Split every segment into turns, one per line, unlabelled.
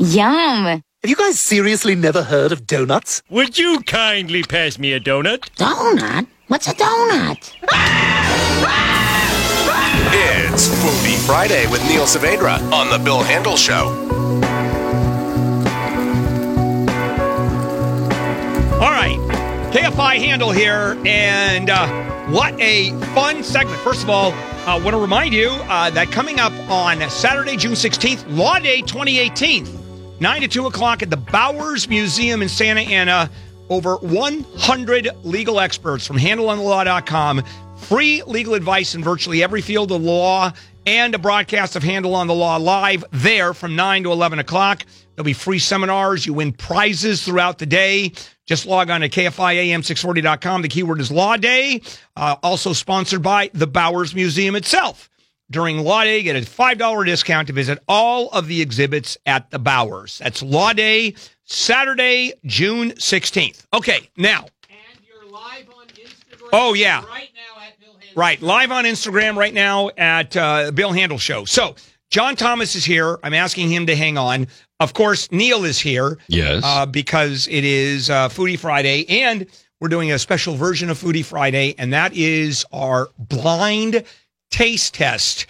Yum!
Have you guys seriously never heard of donuts?
Would you kindly pass me a donut?
Donut? What's a donut?
It's Foodie Friday with Neil Saavedra on The Bill Handle Show.
All right, KFI handle here, and uh, what a fun segment! First of all, I want to remind you uh, that coming up on Saturday, June sixteenth, Law Day, twenty eighteen, nine to two o'clock at the Bowers Museum in Santa Ana, over one hundred legal experts from HandleOnTheLaw.com, free legal advice in virtually every field of law, and a broadcast of Handle on the Law live there from nine to eleven o'clock. There'll be free seminars. You win prizes throughout the day. Just log on to KFIAM640.com. The keyword is Law Day, uh, also sponsored by the Bowers Museum itself. During Law Day, get a $5 discount to visit all of the exhibits at the Bowers. That's Law Day, Saturday, June 16th. Okay, now. Oh, yeah. Right, live on Instagram right now at uh, Bill Handle Show. So John Thomas is here. I'm asking him to hang on. Of course, Neil is here.
Yes.
uh, because it is uh, Foodie Friday, and we're doing a special version of Foodie Friday, and that is our blind taste test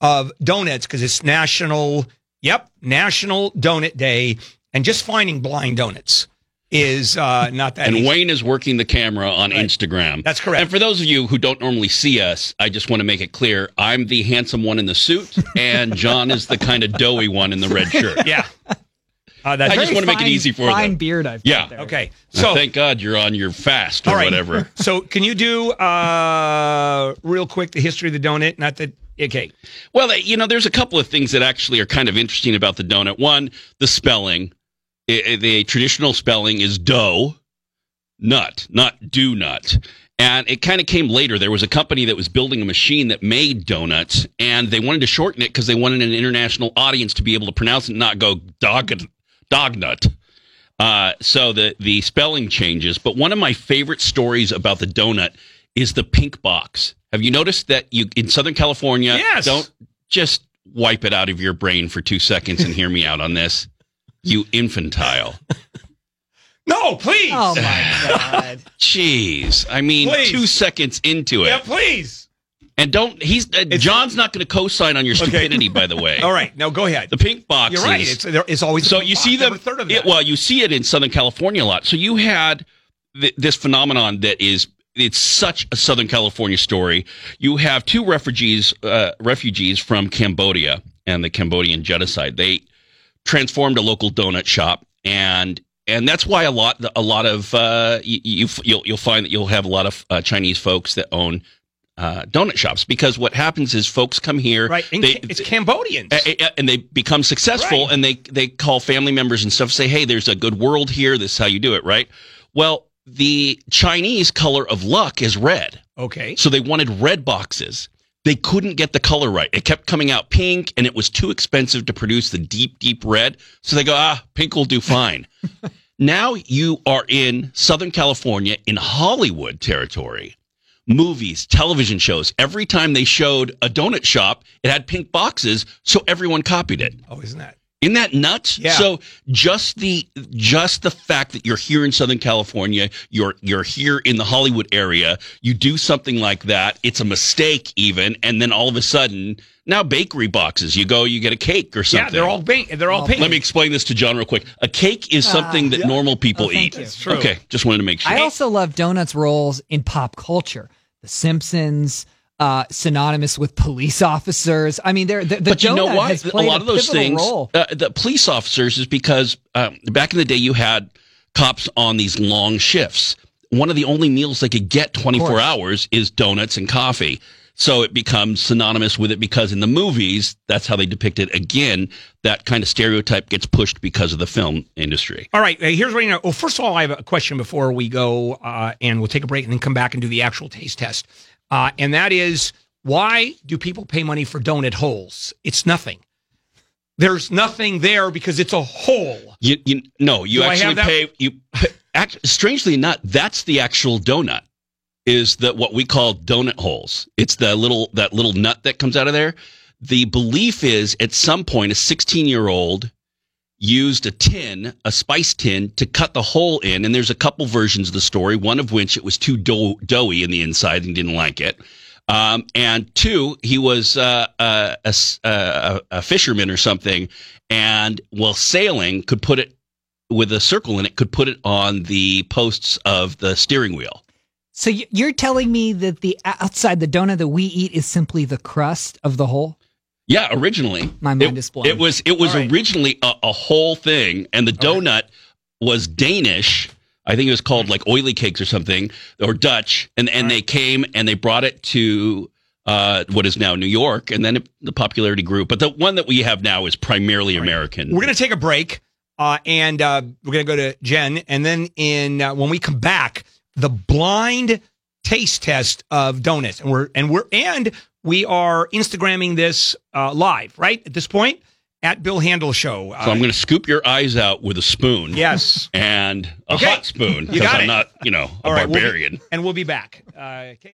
of donuts because it's National. Yep, National Donut Day, and just finding blind donuts is uh, not that.
and
easy.
Wayne is working the camera on Instagram.
That's correct.
And for those of you who don't normally see us, I just want to make it clear: I'm the handsome one in the suit, and John is the kind of doughy one in the red shirt.
yeah, uh, that's
I just want to make it easy for
Fine
them.
beard I've
Yeah.
got there.
okay.
So
So
thank God you're on your fast or
All right.
whatever.
So can you do uh real quick the history of the donut? Not that okay.
Well, you know, there's a couple of things that actually are kind of interesting about the donut. One, the spelling. I- I- the traditional spelling is dough, nut, not do nut. And it kind of came later. There was a company that was building a machine that made donuts, and they wanted to shorten it because they wanted an international audience to be able to pronounce it and not go dog, dog nut. Uh, so the, the spelling changes. But one of my favorite stories about the donut is the pink box. Have you noticed that you in Southern California
Yes.
don't just wipe it out of your brain for two seconds and hear me out on this? You infantile.
No, please.
Oh my god.
Jeez. I mean,
Please.
two seconds into it.
yeah, please.
And don't, he's, uh, John's not going to co sign on your stupidity, by the way.
All right, now go ahead.
The pink box
You're right.
is-
It's, there, it's always
so you see them.
a third of
it-
that.
well, you see it in Southern California a lot. So you had th- this phenomenon that is it's such a Southern California story. You have two refugees uh, refugees from Cambodia and the Cambodian genocide. They transformed a local donut shop and. And that's why a lot, a lot of uh, you, you, you'll you'll find that you'll have a lot of uh, Chinese folks that own uh, donut shops because what happens is folks come here,
right. in
they-
Ca- it's Cambodians.
a- a- and they become successful
Right.
and they they call family members and stuff say hey there's a good world here this is how you do it right well the chinese color of luck is red
okay.
so they wanted red boxes they couldn't get the color right it kept coming out pink and it was too expensive to produce the deep deep red so they go ah pink will do fine now you are in southern california in hollywood territory movies, television shows. Every time they showed a donut shop, it had pink boxes, so everyone copied it.
Oh, isn't that?
Isn't that nuts?
Yeah.
So just the just the fact that you're here in Southern California, you're you're here in the Hollywood area, you do something like that, it's a mistake even, and then all of a sudden now bakery boxes, you go, you get a cake or something.
Yeah, they're all pink. They're all pink.
Let me explain this to John real quick. A cake is something that normal people
Oh,
eat.
thank you. That's
true.
Okay, just wanted to make sure.
I also love donuts roles in pop culture. The Simpsons, uh, synonymous with police officers. I mean, they're, the, the
but you know
donut
what?
has
A
played
lot of those
pivotal
things,
Role.
uh, the police officers, is because um, back in the day you had cops on these long shifts. One of the only meals they could get 24
course.
hours is donuts and coffee. So it becomes synonymous with it because in the movies, that's how they depict it. Again, that kind of stereotype gets pushed because of the film industry.
All right, uh, here's what you know. Well, first of all, I have a question before we go, uh, and we'll take a break and then come back and do the actual taste test. Uh, and that is why do people pay money for donut holes? It's nothing. There's nothing there because it's a hole.
You, you no, you
Do I
actually
have that?
pay you. Act, strangely not, that's the actual donut. Is that what we call donut holes? It's the little that little nut that comes out of there. The belief is at some point a 16 year old used a tin, a spice tin, to cut the hole in. And there's a couple versions of the story, one of which it was too dough, doughy in the inside and didn't like it. Um, and two, he was uh, a, a s- a- a- a fisherman or something, and while sailing, could put it with a circle in it, could put it on the posts of the steering wheel.
So y- you're telling me that the outside the donut that we eat is simply the crust of the whole?
Yeah, originally.
My
It-
mind is blown.
It was it was
All right.
originally a, a whole thing, and the donut was Danish. I think it was called like oily cakes or something, or Dutch, and and they came and they brought it to uh, what is now New York, and then it, the popularity grew. But the one that we have now is primarily American.
We're going to take a break, uh, and uh, we're going to go to Jen, and then in uh, when we come back, the blind taste test of donuts, and we're and we're and we are Instagramming this uh, live right at this point at Bill Handel Show. Uh,
so I'm going to scoop your eyes out with a spoon.
yes,
and a
Okay.
hot spoon.
You
'cause
got
I'm
it.
not, you know, a
All right, we'll be-
barbarian.
and we'll be back. Uh, okay.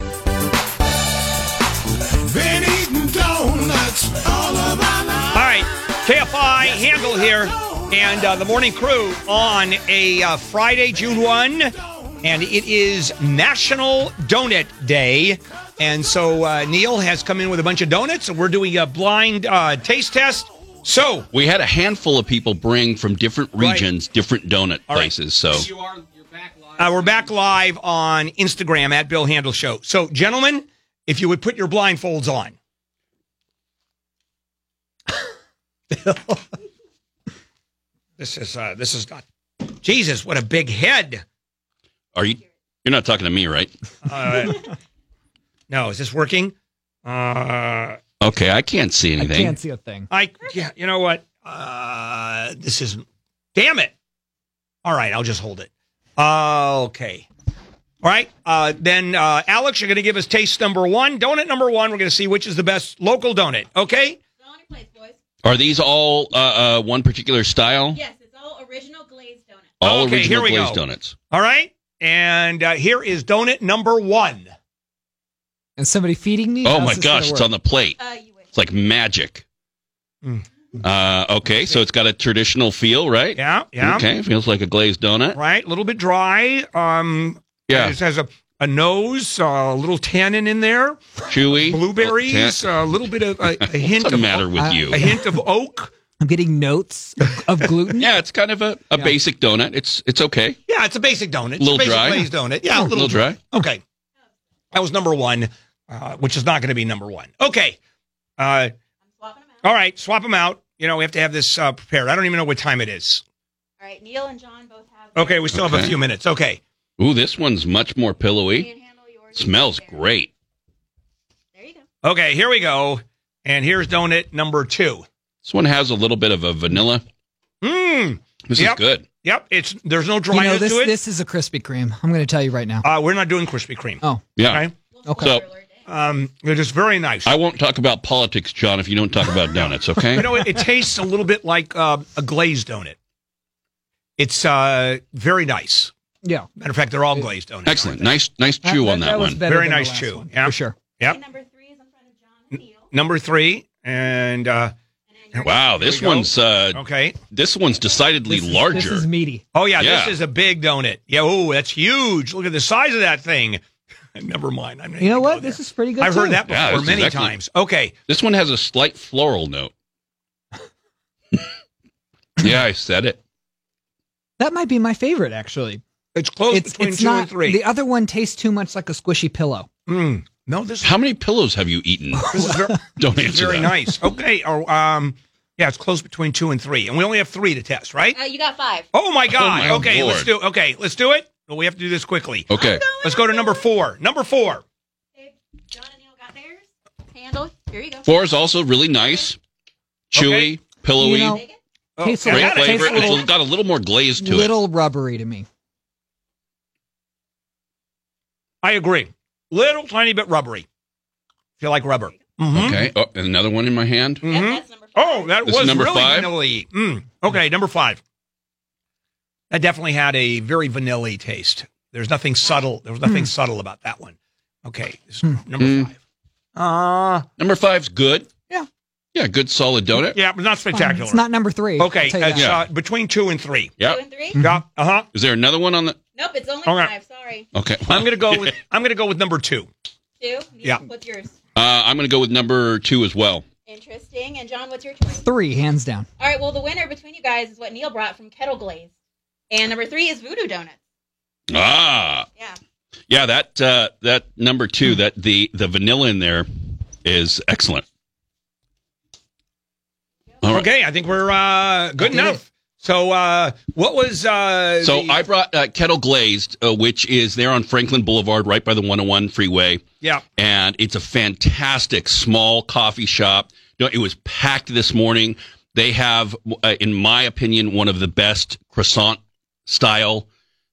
Been eating donuts all of my life.
All right, KFI handle here, and uh, the morning crew on a uh, Friday, June one, and it is National Donut Day, and so uh, Neil has come in with a bunch of donuts, and we're doing a blind uh, taste test. So,
We had a handful of people bring from different
Right.
regions, different donut
All right.
places. So
Uh, we're back live on Instagram at Bill Handle Show. So, gentlemen, if you would put your blindfolds on. this is uh, this is not. Jesus, what a big head!
Are you? You're not talking to me, right?
No, is this working? Uh,
Okay, I can't see anything.
I can't see a thing.
I yeah, you know what? Uh, this is damn it. All right, I'll just hold it. Uh, okay. All right. Uh, then uh, Alex, you're going to give us taste number one, donut number one. We're going to see which is the best local donut. Okay.
Donut place, boys.
Are these all uh, uh, one particular style?
Yes, it's all original glazed donuts.
All
Okay, here
original
we
glazed
go.
donuts.
All right. And uh, here is donut number one.
And somebody feeding me?
Oh
How's
my
this gonna
gosh, it's
work?
on the plate.
Uh, you wish.
It's like magic.
Mm.
Uh, okay, so it's got a traditional feel, right?
Yeah. Yeah.
Okay, feels like a glazed donut.
Right. A little bit dry. Um.
Yeah,
It has a a nose, uh, a little tannin in there,
chewy.
blueberries,
Tan-
a little bit of a, a hint
Oh, What's the
of
matter with you?
a hint of oak.
I'm getting notes of gluten.
Yeah, it's kind of a, a
Yeah.
basic donut. It's it's okay.
Yeah, it's a basic donut. It's
Little
a basic
dry. Oh,
glazed donut. Yeah, a little, dry.
dry.
Okay. That was number one, uh, which is not going to be number one. Okay. Uh,
I'm swapping them out.
all right, swap them out. You know, we have to have this uh, prepared. I don't even know what time it is.
All right, Neil and John both have.
Okay, we still have a
Okay.
few minutes. Okay.
Ooh, this one's much more pillowy.
can handle yours.
Smells
There.
great.
There you go.
Okay, here we go. And here's donut number two.
This one has a little bit of a vanilla.
Mmm.
This
Yep.
is good.
Yep. It's there's no
You
dryness
know this.
to it.
This is a Krispy Kreme. I'm going to tell you right now.
uh, we're not doing Krispy Kreme.
Oh,
Yeah.
Okay.
We'll
Okay.
spoil
So-
your day.
Um, they're just very nice.
I won't talk about politics, John, if you don't talk about donuts, okay?
You know, it, it tastes a little bit like uh, a glazed donut. It's uh, very nice.
yeah.
Matter of fact, they're all glazed donuts.
Excellent. Nice nice chew
That-
on that,
was
one.
better
Very
than the
nice
last
chew.
one,
Yeah.
for sure.
Yep.
Okay, Number three is in front of John and Neil.
Number three, and uh,
And then
Wow, this
Here we go. Oh.
one's uh
okay.
this one's decidedly
This is-
larger.
This is meaty.
Oh yeah,
Yeah.
this is a big donut. Yeah, oh, that's huge. Look at the size of that thing. Never mind. I'm not
You know
gonna
what?
go
This
there.
is pretty good.
I've
too.
heard that before
Yeah, this is
many
excellent.
times. Okay,
this one has a slight floral note. yeah, I said it.
That might be my favorite actually.
it's close
It's
between
it's
two
not
and three.
the other one tastes too much like a squishy pillow.
Mm. No, this
How many pillows have you eaten?
this is very,
Don't answer
very
that.
nice. Okay, or um, yeah, it's close between two and three, and we only have three to test, right?
Uh, you got five.
Oh my God!
my
okay, let's
Lord.
do. Okay, let's do it. Well, we have to do this quickly.
Okay.
Let's go to number four. Number four.
Okay, John and Neil got theirs. Handle. Here you go.
Four is also really nice. Chewy,
Okay.
pillowy,
You know,
Take it.
Oh,
Tastes a
I
great
got
little-
it.
flavor.
tastes a little-
it's got a little more glaze to
little rubbery to me.
I agree. Little tiny bit rubbery. Feel like rubber.
it.
Mhm.
Okay. Oh, and another one in my hand.
Yep,
Mhm.
that's number five.
Oh, that
This is
was
number
really
five?
vanilla-y. Mm. Okay, number five. That definitely had a very vanilla taste. There's nothing subtle. There was nothing
Hmm.
subtle about that one. Okay, this is number
Mm.
five. Uh,
Number five's good. Yeah, good solid donut.
Yeah, but not spectacular.
It's not number three.
okay,
I'll tell you
it's,
that.
Yeah. Mm-hmm.
uh, between two and three.
Two
Yeah.
and three?
Yeah. Uh huh.
Is there another one on the?
Nope, it's only
Okay.
five. Sorry.
Okay.
I'm gonna go with I'm gonna go with number two.
Two?
Yeah.
What's yours?
Uh, I'm going to go with number two as well.
Interesting. And John, what's your choice?
Three, hands down.
All right, well, the winner between you guys is what Neil brought from Kettle Glaze. And number three is Voodoo Donuts.
Ah,
Yeah.
yeah. That uh, that number two, that the the vanilla in there is excellent. All right.
Okay, I think we're uh, good
did
enough. So uh, what was uh,
So
the-
I brought uh, kettle glazed, uh, which is there on Franklin Boulevard, right by the 101 freeway.
yeah
and it's a fantastic small coffee shop. You know, it was packed this morning. They have, uh, in my opinion, one of the best croissant style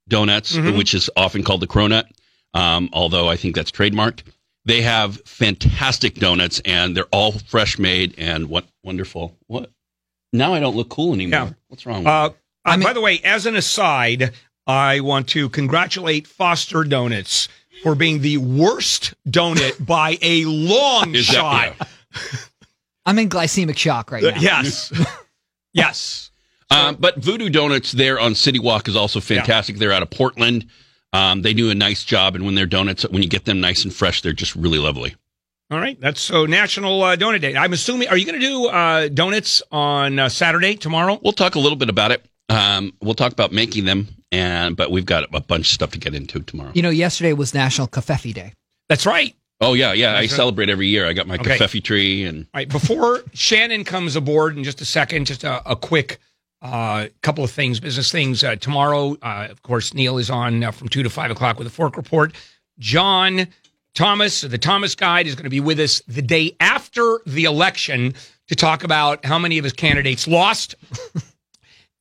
donuts,
Mhm.
which is often called the cronut, um, although I think that's trademarked. They have fantastic donuts, and they're all fresh made and what wonderful. What? Now I don't look cool anymore.
Yeah.
What's wrong? With
Uh,
I
uh, by
mean-
the way, as an aside, I want to congratulate Foster Donuts for being the worst donut by a long
Is that-
shot.
yeah.
I'm in glycemic shock right
Uh,
now.
Yes. yes.
Um, but Voodoo Donuts there on City Walk is also fantastic. They're out of Portland. Um, they do a nice job, and when their donuts, when you get them nice and fresh, they're just really lovely.
All right. That's so National uh, Donut Day. I'm assuming, are you going to do uh, donuts on uh, Saturday, tomorrow?
We'll talk a little bit about it. Um, we'll talk about making them, and but we've got a bunch of stuff to get into tomorrow.
You know, yesterday was National Cafefe Day.
That's right.
Oh yeah, yeah. I
That's right.
celebrate every year. I got my
Okay.
kafefi tree, and
All right. Before Shannon comes aboard in just a second, just a, a quick uh, couple of things, business things. Uh, tomorrow, uh, of course, Neil is on uh, from 2 to 5 o'clock with a fork report. John Thomas, the Thomas Guide, is going to be with us the day after the election to talk about how many of his candidates lost.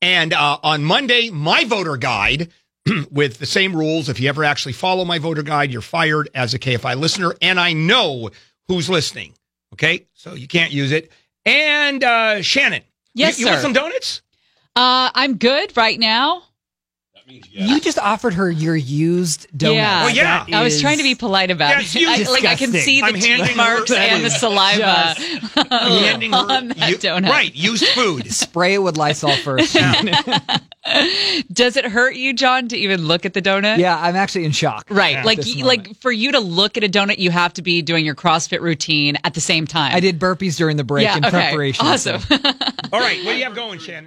and uh, on Monday, my voter guide. With the same rules. If you ever actually follow my voter guide, you're fired as a KFI listener. And I know who's listening. Okay, so you can't use it. And uh, Shannon,
Yes,
you, you want
sir.
some donuts?
Uh, I'm good right now.
You just offered her your used donut.
Yeah. Well,
Oh, yeah.
That
I was
is-
trying to be polite about
Yeah,
it.
it's you.
I, like I can
Disgusting.
see the
I'm handing
teeth
her-
marks
that
and the
is
saliva
I'm handing her
on that
you-
donut.
Right, used food.
spray it with Lysol first. yeah.
Does it hurt you, John, to even look at the donut?
I'm actually in shock.
Right.
Yeah.
Like
This
y-
moment.
like for you to look at a donut, you have to be doing your CrossFit routine at the same time.
I did burpees during the break
Yeah.
in
okay.
preparation. so-
Awesome.
All right, what do you have going, Shannon?